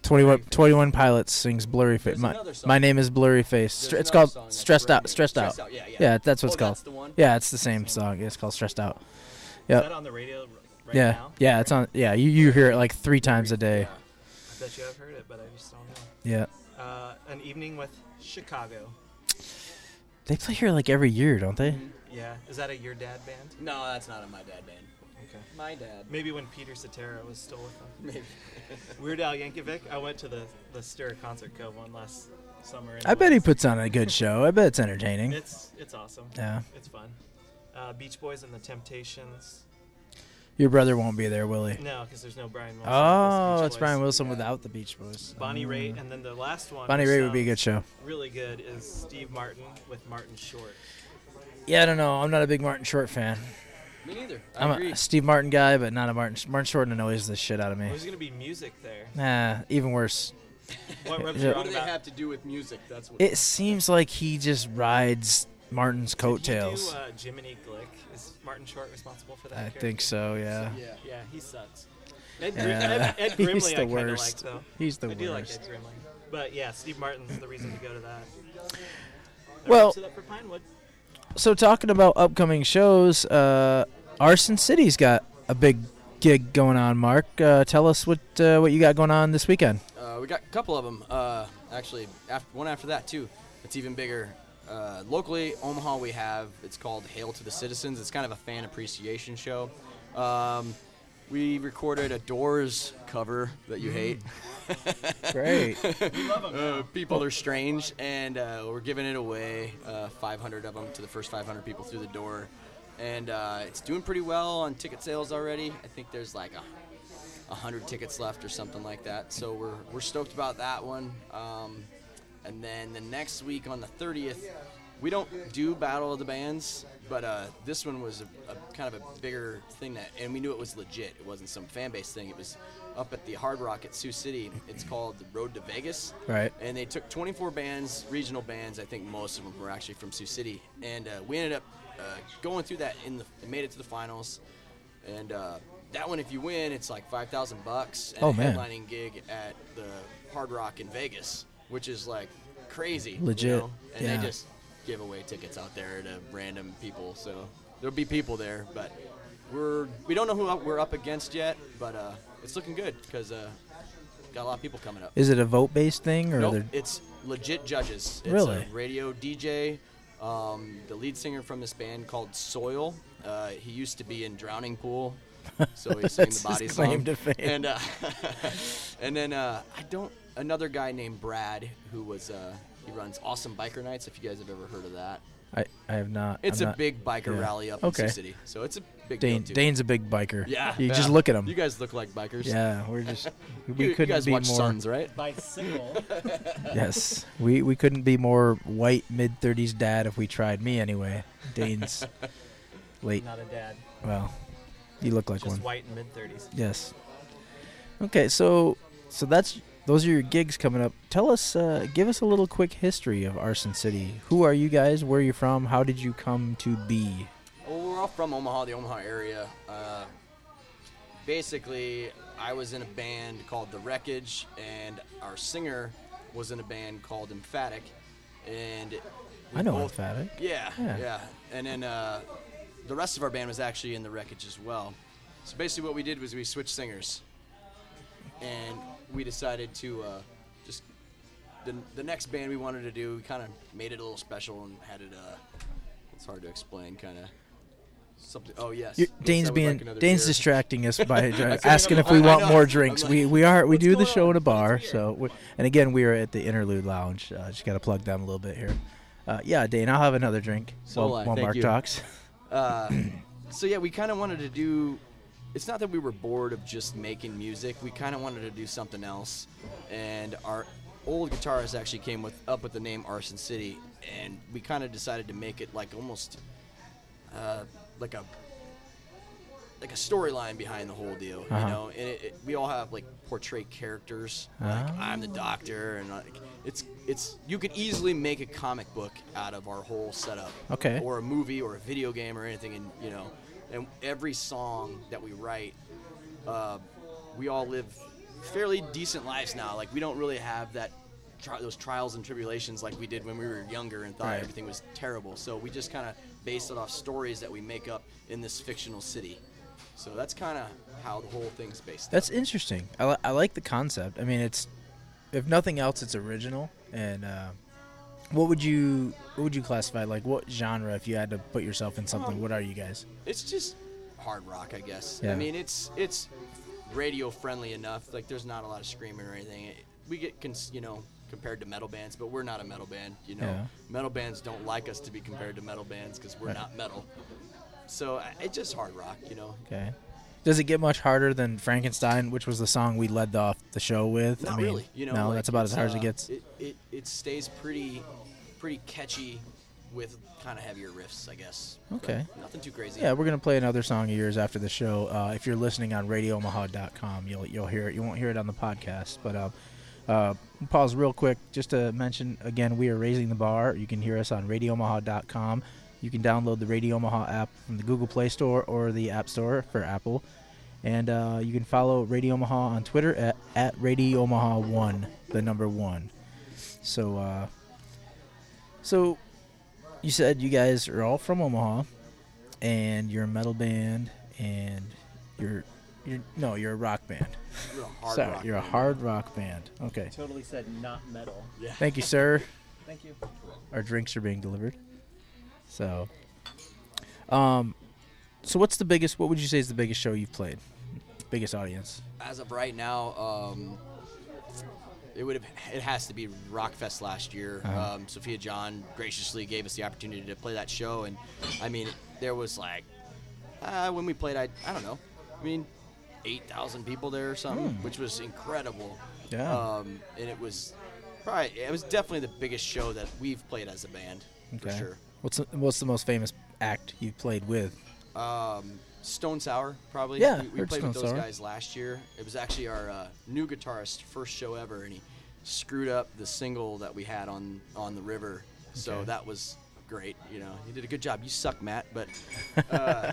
21, 21 Pilots sings Blurry Face. There's My, another song. my name is Blurry Face. Str- There's It's another called song that's Stressed brand Out. new. Stressed Out. Stressed Out, yeah, yeah. that's what Oh, it's called. that's the one? Yeah, it's the same song. It's called Stressed Out. Is Yep. that on the radio r- right yeah. now? Yeah, it's on. Yeah, you, you hear it like three times a day. I bet you I've heard it, but I just don't know. Yeah. Uh, an evening with Chicago. They play here like every year, don't they? Mm-hmm. Yeah, is that a your dad band? No, that's not a my dad band. Okay. My dad. Maybe when Peter Cetera was still with them. Maybe. (laughs) Weird Al Yankovic. I went to the the Stir Concert Co. one last summer. and I it bet he was- puts on a good show. I bet it's entertaining. It's it's awesome. Yeah. It's fun. Uh, Beach Boys and the Temptations. Your brother won't be there, will he? No, because there's no Brian Wilson. Oh, Beach it's Boys. Brian Wilson without the Beach Boys. Bonnie Oh. Raitt, and then the last one. Bonnie which Raitt would be a good sounds show. Really good is Steve Martin with Martin Short. Yeah, I don't know. I'm not a big Martin Short fan. Me neither. I I'm agree. a Steve Martin guy, but not a Martin. Martin Short annoys the shit out of me. There's gonna be music (laughs) there. Nah, even worse. What rubs Yeah. you what wrong do they about? have to do with music? That's what. It seems like he just rides Martin's Did he do, coattails. uh, Jiminy Glick. Is Martin Short responsible for that? I character? think so. Yeah. yeah. Yeah, he sucks. Ed, Grim- Yeah. Ed, (laughs) Ed He's Grimley, the I kind of like worst. though. He's the I do like worst. Ed Grimley, but yeah, Steve Martin's the reason to go to that. That Well- wraps it up for Pinewood. So talking about upcoming shows, uh, Arson City's got a big gig going on. Mark, uh, tell us what uh, what you got going on this weekend. Uh, we got a couple of them. Uh, actually, after, one after that too. It's even bigger. Uh, locally, Omaha, we have it's called Hail to the Citizens. It's kind of a fan appreciation show. Um, we recorded a Doors cover that you hate. Great. Uh, people are strange, and uh, we're giving it away. Uh, 500 of them to the first 500 people through the door, and uh, it's doing pretty well on ticket sales already. I think there's like a, a hundred tickets left or something like that. So we're we're stoked about that one. Um, and then the next week on the 30th, we don't do Battle of the Bands, but uh, this one was a, a kind of a bigger thing that, and we knew it was legit. It wasn't some fan base thing. It was up at the Hard Rock at Sioux City. It's called the Road to Vegas. Right. And they took 24 bands, regional bands. I think most of them were actually from Sioux City, and uh, we ended up uh, going through that in the made it to the finals. And uh, that one, if you win, it's like five thousand bucks. And Oh, a man. Headlining gig at the Hard Rock in Vegas, which is like crazy. you Legit, know? And yeah. they just give away tickets out there to random people. So there'll be people there, but we're we don't know who up- we're up against yet. But uh, it's looking good because uh, got a lot of people coming up. (laughs) Is it a vote based thing or? Nope, they're- it's legit judges. It's Really? a radio DJ. Um, the lead singer from this band called Soil. Uh, he used to be in Drowning Pool, (laughs) so he sang That's the body his song. claim to fame. And uh, (laughs) and then uh, I don't another guy named Brad who was uh, he runs Awesome Biker Nights. If you guys have ever heard of that, I, I have not. it's I'm a not- big biker yeah. rally up Okay. in Sioux City, so it's a big Dane, deal too. Dane's a big biker. yeah, You yeah. just look at him. You guys look like bikers. yeah, we're (laughs) just we you, you couldn't guys be watch more. Sons, right? Bicycle. (laughs) Yes, we we couldn't be more white mid thirties dad if we tried. Me anyway. Dane's (laughs) late. Not a dad. Well, you look like Just one. white and mid thirties. Yes. Okay, so so that's those are your gigs coming up. Tell us, uh, give us a little quick history of Arson City. Who are you guys? Where are you from? How did you come to be? Well, we're all from Omaha, the Omaha area. Uh, basically, I was in a band called The Wreckage, and our singer was in a band called Emphatic. And we I know both- emphatic. Yeah, Yeah. yeah, And then uh, the rest of our band was actually in The Wreckage as well. So basically, what we did was we switched singers, and we decided to uh, just the, the next band we wanted to do. We kind of made it a little special and had it. Uh, it's hard to explain, kind of. Something. Oh yes. You- Yes, Dane's I would being like another Dane's beer. distracting us (laughs) by uh, I'm asking if like- we I- I want know. more I'm drinks. like, we we are we "What's do the going show on? in a What's bar. here?" So we, and again we are at the Interlude Lounge. Uh, just got to plug them a little bit here. Uh, yeah, Dane, I'll have another drink So will while, I. while Thank Mark you. (laughs) talks. Uh, so yeah, we kind of wanted to do. It's not that we were bored of just making music. We kind of wanted to do something else, and our old guitarist actually came with up with the name Arson City, and we kind of decided to make it like almost uh, like a like a storyline behind the whole deal, Uh-huh. you know. And it, it, we all have like portray characters. Uh-huh. Like I'm the doctor, and like, it's it's you could easily make a comic book out of our whole setup, Okay. or a movie or a video game or anything, and you know, and every song that we write, uh, we all live fairly decent lives now. Like we don't really have that tri- those trials and tribulations like we did when we were younger and thought Right. everything was terrible. So we just kind of base it off stories that we make up in this fictional city. So that's kind of how the whole thing's based. That's interesting. I, li- I like the concept. I mean, it's if nothing else, it's original. And uh, what would you what would you classify like what genre if you had to put yourself in Um, something? What are you guys? it's just hard rock, I guess. Yeah. I mean, it's it's radio friendly enough. Like, there's not a lot of screaming or anything. It- we get, cons- you know, compared to metal bands, but we're not a metal band. You know, Yeah. metal bands don't like us to be compared to metal bands because we're not metal. So I- it's just hard rock, you know. Okay. Does it get much harder than Frankenstein, which was the song we led off the show with? Not I mean, really. You know, no, like, that's about it's, as hard as uh, it gets. It, it it stays pretty pretty catchy with kind of heavier riffs, I guess. But Okay. nothing too crazy. Yeah, we're gonna play another song of yours after the show. Uh, if you're listening on RadioOmaha.com, you'll you'll hear it. You won't hear it on the podcast, but um, uh, pause real quick just to mention again, we are raising the bar. You can hear us on RadioOmaha.com. You can download the Radio Omaha app from the Google Play Store or the App Store for Apple, and uh, you can follow Radio Omaha on Twitter at at Radio Omaha One, the number one. So, uh, so you said you guys are all from Omaha and you're a metal band and you're you're no, you're a rock band. You're a hard Sorry, rock you're a band. hard rock band. Okay. Totally said not metal. Thank you, sir. Thank you. Our drinks are being delivered. So um so what's the biggest what would you say is the biggest show you've played? Biggest audience. as of right now, um, it would have it has to be Rockfest last year. Um, Sophia John graciously gave us the opportunity to play that show, and I mean, there was like uh, when we played, I I don't know, I mean, eight thousand people there or something, which was incredible. Yeah. Um, and it was probably it was definitely the biggest show that we've played as a band for sure. What's the, what's the most famous act you've played with? um, Stone Sour, probably. Yeah, we, we heard played with Stone those Sour. guys last year. It was actually our uh, new guitarist's first show ever, and he screwed up the single that we had on on the river. So Okay. that was great. You know, you did a good job. You suck, Matt. (laughs) But uh,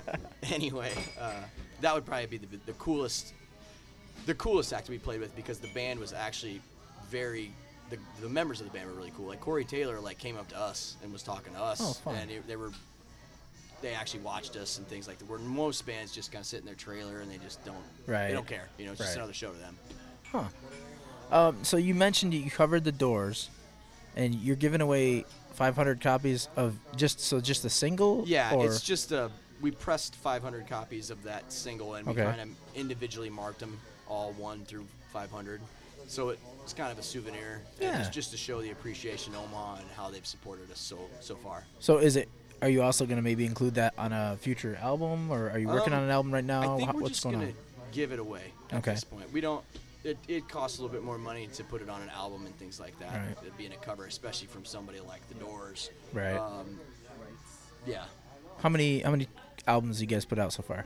anyway, uh, that would probably be the, the coolest the coolest act we played with because the band was actually very the, the members of the band were really cool. Like Corey Taylor like came up to us and was talking to us, Oh, fun. and it, they were they actually watched us and things like that. Where most bands just kind of sit in their trailer and they just don't Right. they don't care. You know, it's Right. just another show to them. Huh. Um, so you mentioned you covered the doors, and you're giving away 500 copies of just so just the single. Yeah, or, it's just a we pressed 500 copies of that single and we Okay. kind of individually marked them all one through 500. So it, it's kind of a souvenir. and Yeah. It's just to show the appreciation to Omaha and how they've supported us so so far. So is it? Are you also going to maybe include that on a future album, or are you working Um, on an album right now? I think Oh, Wha- we're What's just going gonna on? give it away at Okay. this point. We don't. It, it costs a little bit more money to put it on an album and things like that. Right. It being a cover, especially from somebody like The Doors. Right. Um, yeah, How many how many albums you guys put out so far?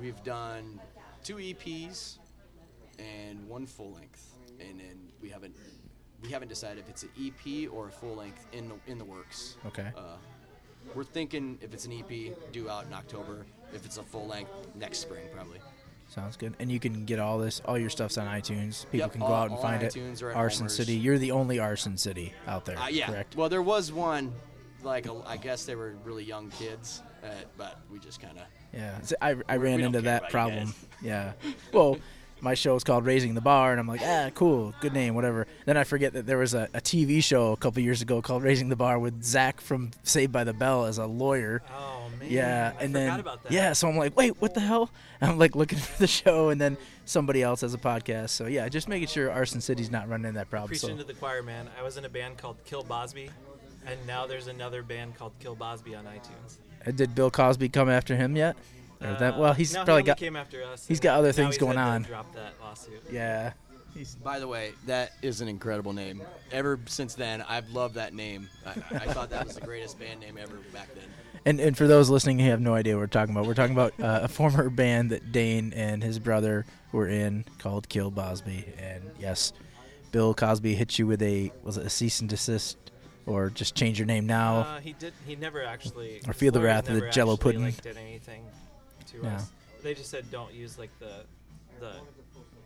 we've done two EPs and one full length, and then we haven't we haven't decided if it's an EP or a full length in the in the works. Okay. Uh, we're thinking if it's an EP, due out in October. If it's a full length, next spring probably. Sounds good. And you can get all this, all your stuff's on iTunes. People Yep, can go all- out and all find on it. iTunes or at Arson Homer's. City. You're the only Arson City out there. Uh, yeah. Correct. Well, there was one, like a, I guess they were really young kids, uh, but we just kind of. Yeah, so I, I ran we don't into care that about you problem. guys. (laughs) (laughs) Yeah. Well, my show is called Raising the Bar, and I'm like, ah, cool, good name, whatever. Then I forget that there was a, a TV show a couple years ago called Raising the Bar with Zach from Saved by the Bell as a lawyer. Oh man. Yeah, I and forgot then about that. yeah, so I'm like, wait, what the hell? (laughs) I'm like looking for the show, and then somebody else has a podcast. So yeah, just making sure Arson City's not running into that problem. Preaching So to the choir, man. I was in a band called Kill Bosby, and now there's another band called Kill Bosby on iTunes. uh, did Bill Cosby come after him yet? Or that, Uh, well, he's no, he probably only got came after us. he's and got other now things he's going had to on. Drop that lawsuit. yeah. By the way, that is an incredible name. Ever since then, I've loved that name. I, I thought that was the greatest band name ever back then. And and for those listening who have no idea what we're talking about, we're talking about uh, a former (laughs) band that Dane and his brother were in called Kill Bosby. And yes, Bill Cosby hit you with a was it a cease and desist or just change your name now? Uh, he did. He never actually. Or feel the Slurpees wrath of the never Jell-O actually, pudding. Like, did anything to Yeah. us? They just said don't use like the the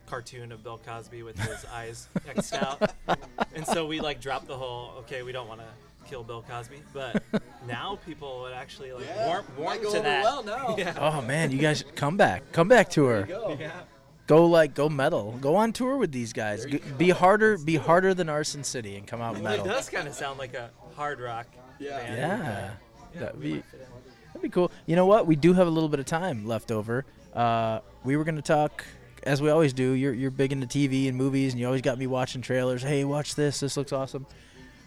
cartoon of Bill Cosby (laughs) with his eyes X'd out. And so we like dropped the whole, okay, we don't want to kill Bill Cosby. (laughs) But now people would actually like Yeah, warm, might warm go to over that. well now. (laughs) Yeah. Oh man, you guys should come back. Come back to her. Go. yeah. Go like go metal. Go on tour with these guys. G- be harder. Be harder than Arson City and come out Well, it metal. does kind of sound like a hard rock Yeah. band. Yeah. Yeah, That'd we be might fit in. that'd be cool. You know what? We do have a little bit of time left over. Uh, we were gonna talk, as we always do. You're you're big into TV and movies, and you always got me watching trailers. Hey, watch this. This looks awesome.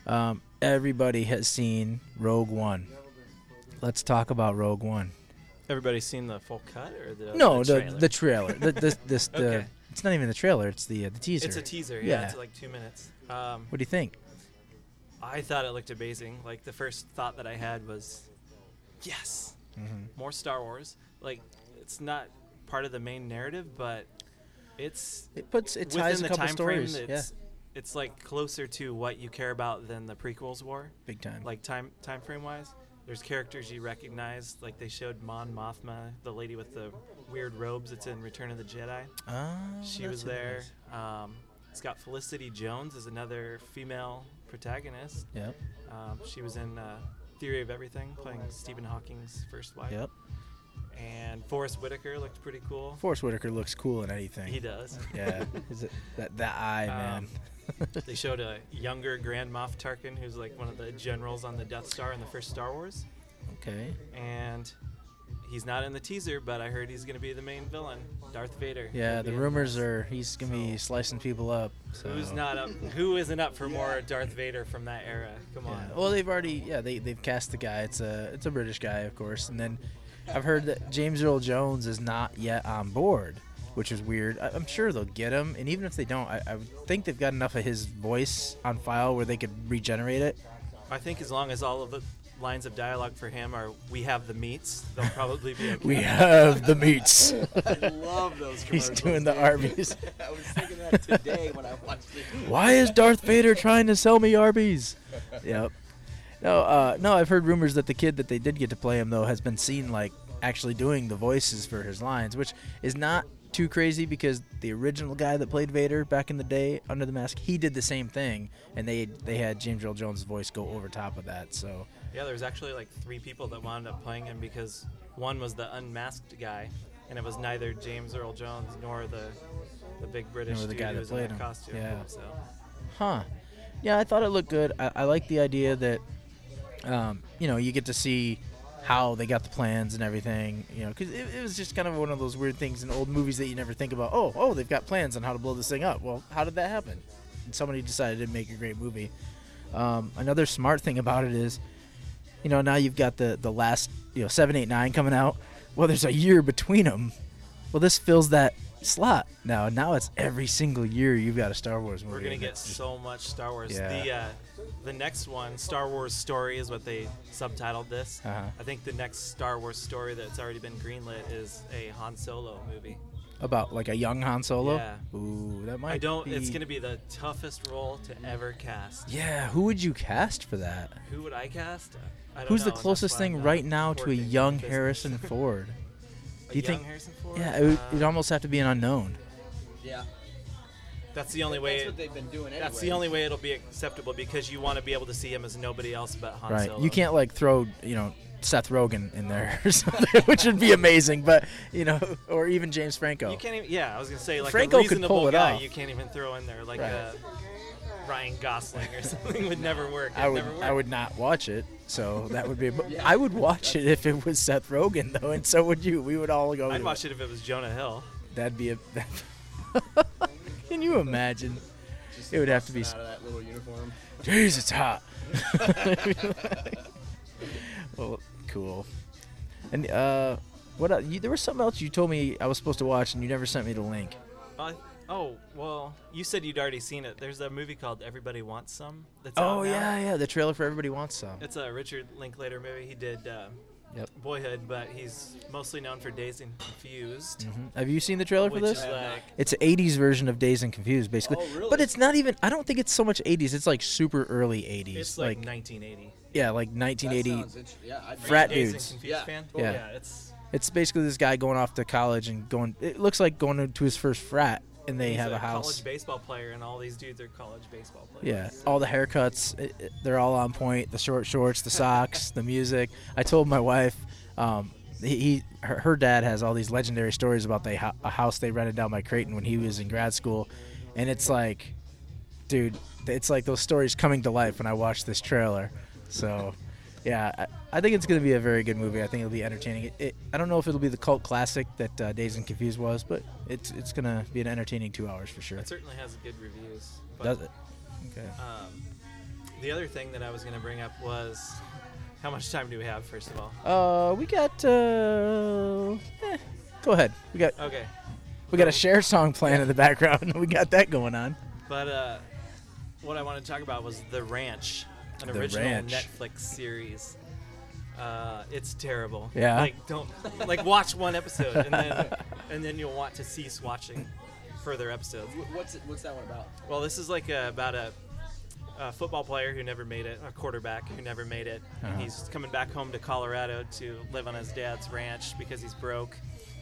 Um, everybody has seen Rogue One. Let's talk about Rogue One. Everybody's seen the full cut or the No, the the trailer? the trailer. the, this (laughs) this the. Okay. It's not even the trailer. It's the uh, the teaser. it's a teaser. Yeah, Yeah. it's like two minutes. Um, What do you think? I thought it looked amazing. Like the first thought that I had was, yes, Mm-hmm. more Star Wars. Like it's not part of the main narrative, but it's It puts it within ties the a couple time frame. stories. That's, Yeah, It's like closer to what you care about than the prequels were. big time. like time time frame wise. There's characters you recognize, like they showed Mon Mothma, the lady with the weird robes. It's in Return of the Jedi. oh, She that's was what it there. is. Um, it's got Felicity Jones as another female protagonist. Yep, Um, she was in uh, Theory of Everything, playing Stephen Hawking's first wife. yep. And Forrest Whitaker looked pretty cool. Forrest Whitaker looks cool in anything. He does. (laughs) Yeah, is it that that eye man? Um, they (laughs) showed a younger Grand Moff Tarkin, who's like one of the generals on the Death Star in the first Star Wars. okay. and he's not in the teaser, but I heard he's going to be the main villain, Darth Vader. Yeah, He'll the be in rumors this. are he's gonna be slicing people up. So. Who's not up? Who isn't up for more Darth Vader from that era? Come on. Yeah. Well, they've already yeah they they've cast the guy. It's a it's a British guy, of course. And then I've heard that James Earl Jones is not yet on board, which is weird. I, I'm sure they'll get him, and even if they don't, I, I would think they've got enough of his voice on file where they could regenerate it. I think as long as all of the lines of dialogue for him are "We have the meats," they'll probably (laughs) be okay. We have the meats. (laughs) I love (laughs) those He's commercials. doing the dude. Arby's. (laughs) I was thinking that today when I watched it. Why is Darth Vader trying to sell me Arby's? Yep. No, uh, no. I've heard rumors that the kid that they did get to play him though has been seen like actually doing the voices for his lines, which is not too crazy because the original guy that played Vader back in the day under the mask, he did the same thing, and they they had James Earl Jones' voice go over top of that. So Yeah, there was actually like three people that wound up playing him because one was the unmasked guy, and it was neither James Earl Jones nor the the big British Nor the dude guy who that was played in the him. costume. Yeah. Oh, So Huh. Yeah, I thought it looked good. I, I like the idea that, um, you know, you get to see how they got the plans and everything, you know, because it, it was just kind of one of those weird things in old movies that you never think about. Oh, oh, they've got plans on how to blow this thing up. Well, how did that happen? And somebody decided to make a great movie. Um, another smart thing about it is, you know, now you've got the the last, you know, seven, eight, nine coming out. Well, there's a year between them. Well, this fills that slot now. Now it's every single year you've got a Star Wars movie. We're gonna and get it's just- so much Star Wars. The Yeah. uh, the next one, Star Wars Story, is what they subtitled this. Uh-huh. I think the next Star Wars story that's already been greenlit is a Han Solo movie. About like a young Han Solo. Yeah. Ooh, that might. I don't. Be... It's gonna be the toughest role to ever cast. Yeah, who would you cast for that? Who would I cast? I don't Who's know, the and that's closest why thing I'm not right now to a working in young business. (laughs) Harrison Ford? A Do you young think- Harrison Ford? Yeah, it would, Uh, it'd almost have to be an unknown. (laughs) Yeah. that's the only way. That's what they've been doing anyway. That's the only way it'll be acceptable because you want to be able to see him as nobody else but Han Right. Solo. You can't like throw you know Seth Rogen in there (laughs) or something, which would be amazing. But you know, (laughs) or even James Franco. You can't even. Yeah, I was gonna say like Franco a could reasonable pull it guy. off. You can't even throw in there like Right. uh Ryan Gosling or (laughs) something would never work. I It'd would Never work. I would not watch it. So that would be. (laughs) But I would watch it if it was Seth Rogen though, and so would you. We would all go. I'd to watch it if it was Jonah Hill. That'd be a. (laughs) can you imagine? It would have to be. Out of that little uniform. Jeez, it's hot. (laughs) well, cool. And uh, what? el- You, there was something else you told me I was supposed to watch, and you never sent me the link. Uh, oh well, you said you'd already seen it. There's a movie called Everybody Wants Some. That's out Oh now. yeah, yeah. The trailer for Everybody Wants Some. It's a Richard Linklater movie. He did uh, Yep. Boyhood, but he's mostly known for Days and Confused, Mhm. Have you seen the trailer for which this? is like It's an 80s version of Days and Confused, basically. Oh, really? But it's not even. I don't think it's so much 80s. It's like super early 80s. it's like 1980. yeah, like That 1980. sounds inter- yeah, I'd Frat be- Days dudes. and Confused Yeah. fan. Yeah. yeah, it's It's basically this guy going off to college and going. It looks like going to his first frat, and they He's have a, a house. college baseball player, and all these dudes are college baseball players. Yeah, all the haircuts, it, it- they're all on point. The short shorts, the socks, the music. I told my wife, um, he, he her, her dad has all these legendary stories about they ho- a house they rented down by Creighton when he was in grad school, and it's like, dude, it's like those stories coming to life when I watch this trailer. So, yeah, I, I think it's gonna be a very good movie. I think it'll be entertaining. It, it, I don't know if it'll be the cult classic that uh, Days and Confused was, but it's it's gonna be an entertaining two hours for sure. It certainly has good reviews. But, Oh. Does it? Okay. Um, the other thing that I was going to bring up was how much time do we have, first of all? Uh, we got. Uh, eh, go ahead. We got Okay. we got a share song playing in the background. (laughs) We got that going on. But uh, what I wanted to talk about was The Ranch, an The original Ranch. Netflix series. Uh, it's terrible. Yeah? Like don't like watch one episode and then and then you'll want to cease watching further episodes. Wh- What's it, what's that one about? Well, this is like a, about a, a football player who never made it, a quarterback who never made it. And Uh-huh. he's coming back home to Colorado to live on his dad's ranch because he's broke,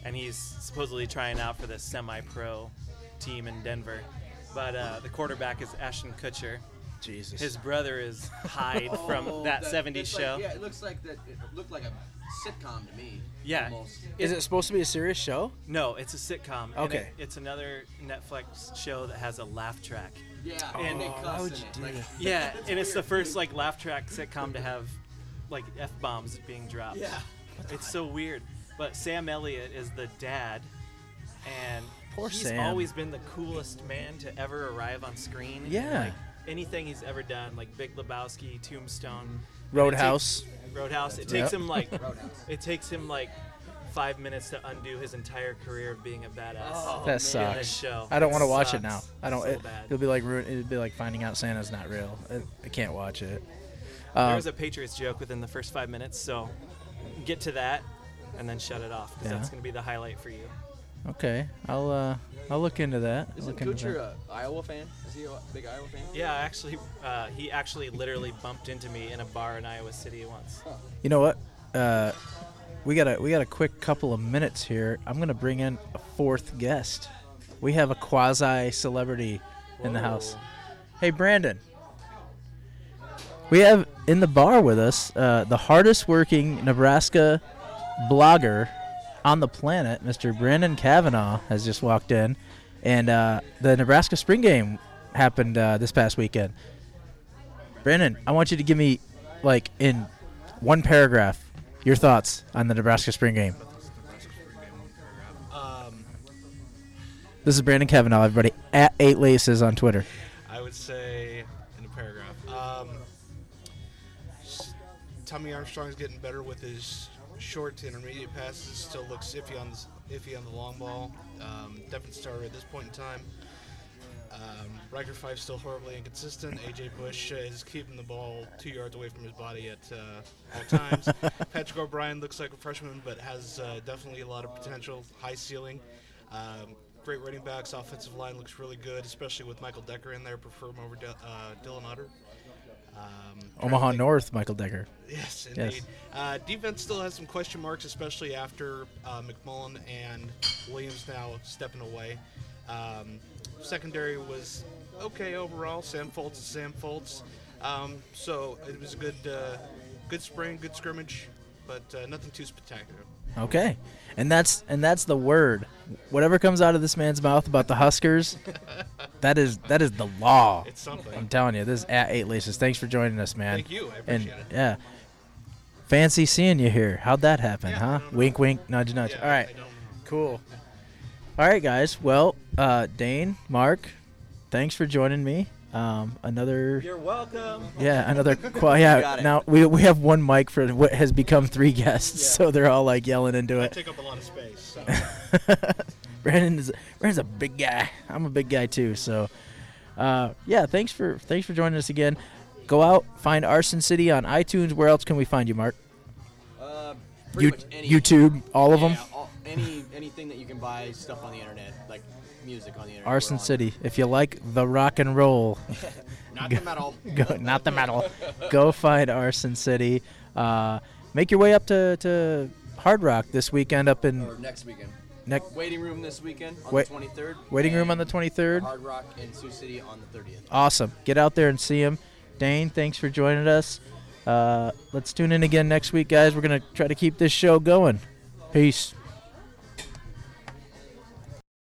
and he's supposedly trying out for the semi-pro team in Denver. But uh, the quarterback is Ashton Kutcher. Jesus. His brother is Hyde (laughs) from Oh, that, 70s it's like- show. yeah, it looks like that. It looked like a sitcom to me. Yeah. Almost. is it supposed to be a serious show? No, it's a sitcom. and Okay. it- it's another Netflix show that has a laugh track. Yeah. And- and they Oh, cuss why would in you it. do like, that? Yeah, (laughs) and it's the first like laugh track sitcom to have like f bombs being dropped. (laughs) Yeah. it's so weird. But Sam Elliott is the dad, and Poor he's Sam. always been the coolest man to ever arrive on screen. Yeah. like, anything he's ever done, like Big Lebowski, Tombstone, Roadhouse. It takes- Roadhouse. It takes Yep. him (laughs) like Roadhouse. it takes him like five minutes to undo his entire career of being a badass. Oh, that in this sucks. show. I don't want to It watch it sucks now. I don't. So it, bad. it'll be like ruin, it'll be like finding out Santa's not real. I, I can't watch it. There Um, was a Patriots joke within the first five minutes, so get to that and then shut it off because Yeah. that's going to be the highlight for you. okay, I'll uh, I'll look into that. I'll Isn't look into Kutcher that. a Iowa fan? Is he a big Iowa fan? Yeah, I actually, uh, he actually literally bumped into me in a bar in Iowa City once. You know what? Uh, we got a we got a quick couple of minutes here. I'm gonna bring in a fourth guest. We have a quasi celebrity in the house. Hey, Brandon. We have in the bar with us uh, the hardest working Nebraska blogger on the planet, Mr. Brandon Kavanaugh, has just walked in, and uh, the Nebraska spring game happened uh, this past weekend. Brandon, I want you to give me, like, in one paragraph, your thoughts on the Nebraska spring game. This is Brandon Kavanaugh, everybody, at Eight Laces on Twitter. I would say in a paragraph. Um, s- Tommy Armstrong's getting better with his short to intermediate passes. Still looks iffy on the, s- iffy on the long ball. Um, Devin starter at this point in time. Um, Riker five still horribly inconsistent. AJ Bush is keeping the ball two yards away from his body at uh, all times. Patrick O'Brien looks like a freshman, but has uh, definitely a lot of potential, high ceiling. Um, great running backs. Offensive line looks really good, especially with Michael Decker in there. Prefer him over Dil- uh, Dylan Otter. Um, trying to Omaha think- North, Michael Decker. Yes, Yes. indeed. Uh, defense still has some question marks, especially after uh, McMullen and Williams now stepping away. Um, secondary was okay overall. Sam Foltz is Sam Foltz. Um, so it was a good, uh, good spring, good scrimmage, but uh, nothing too spectacular. Okay, and that's and that's the word. Whatever comes out of this man's mouth about the Huskers, that is that is the law. It's I'm something. telling you, this is at Eight Laces. Thanks for joining us, man. Thank you. I And appreciate it. yeah, fancy seeing you here. How'd that happen, Yeah, I huh? don't know. Wink, wink, nudge, nudge. Yeah, All right. I don't know. Cool. All right, guys. Well, uh, Dane, Mark, thanks for joining me. Um, another, You're welcome. yeah, another. Qu- yeah. got it. Now we, we have one mic for what has become three guests, Yeah. so they're all like yelling into I it. take up a lot of space. So. Brandon is Brandon's a big guy. I'm a big guy too. So, uh, yeah. Thanks for thanks for joining us again. Go out, find Arson City on iTunes. Where else can we find you, Mark? Uh, pretty You, much any, YouTube, all of them. Yeah, all, any anything that you can buy stuff on the internet, like music on the internet. we're Arson on. City. If you like the rock and roll, (laughs) Not the metal. go, not the metal. Go find Arson City. Uh, make your way up to, to Hard Rock this weekend up in or (laughs) next weekend. Next Waiting room this weekend on Wait- the 23rd. waiting room and on the 23rd. Hard Rock in Sioux City on the 30th. Awesome. Get out there and see him. Dane, thanks for joining us. Uh, let's tune in again next week, guys. We're going to try to keep this show going. Peace.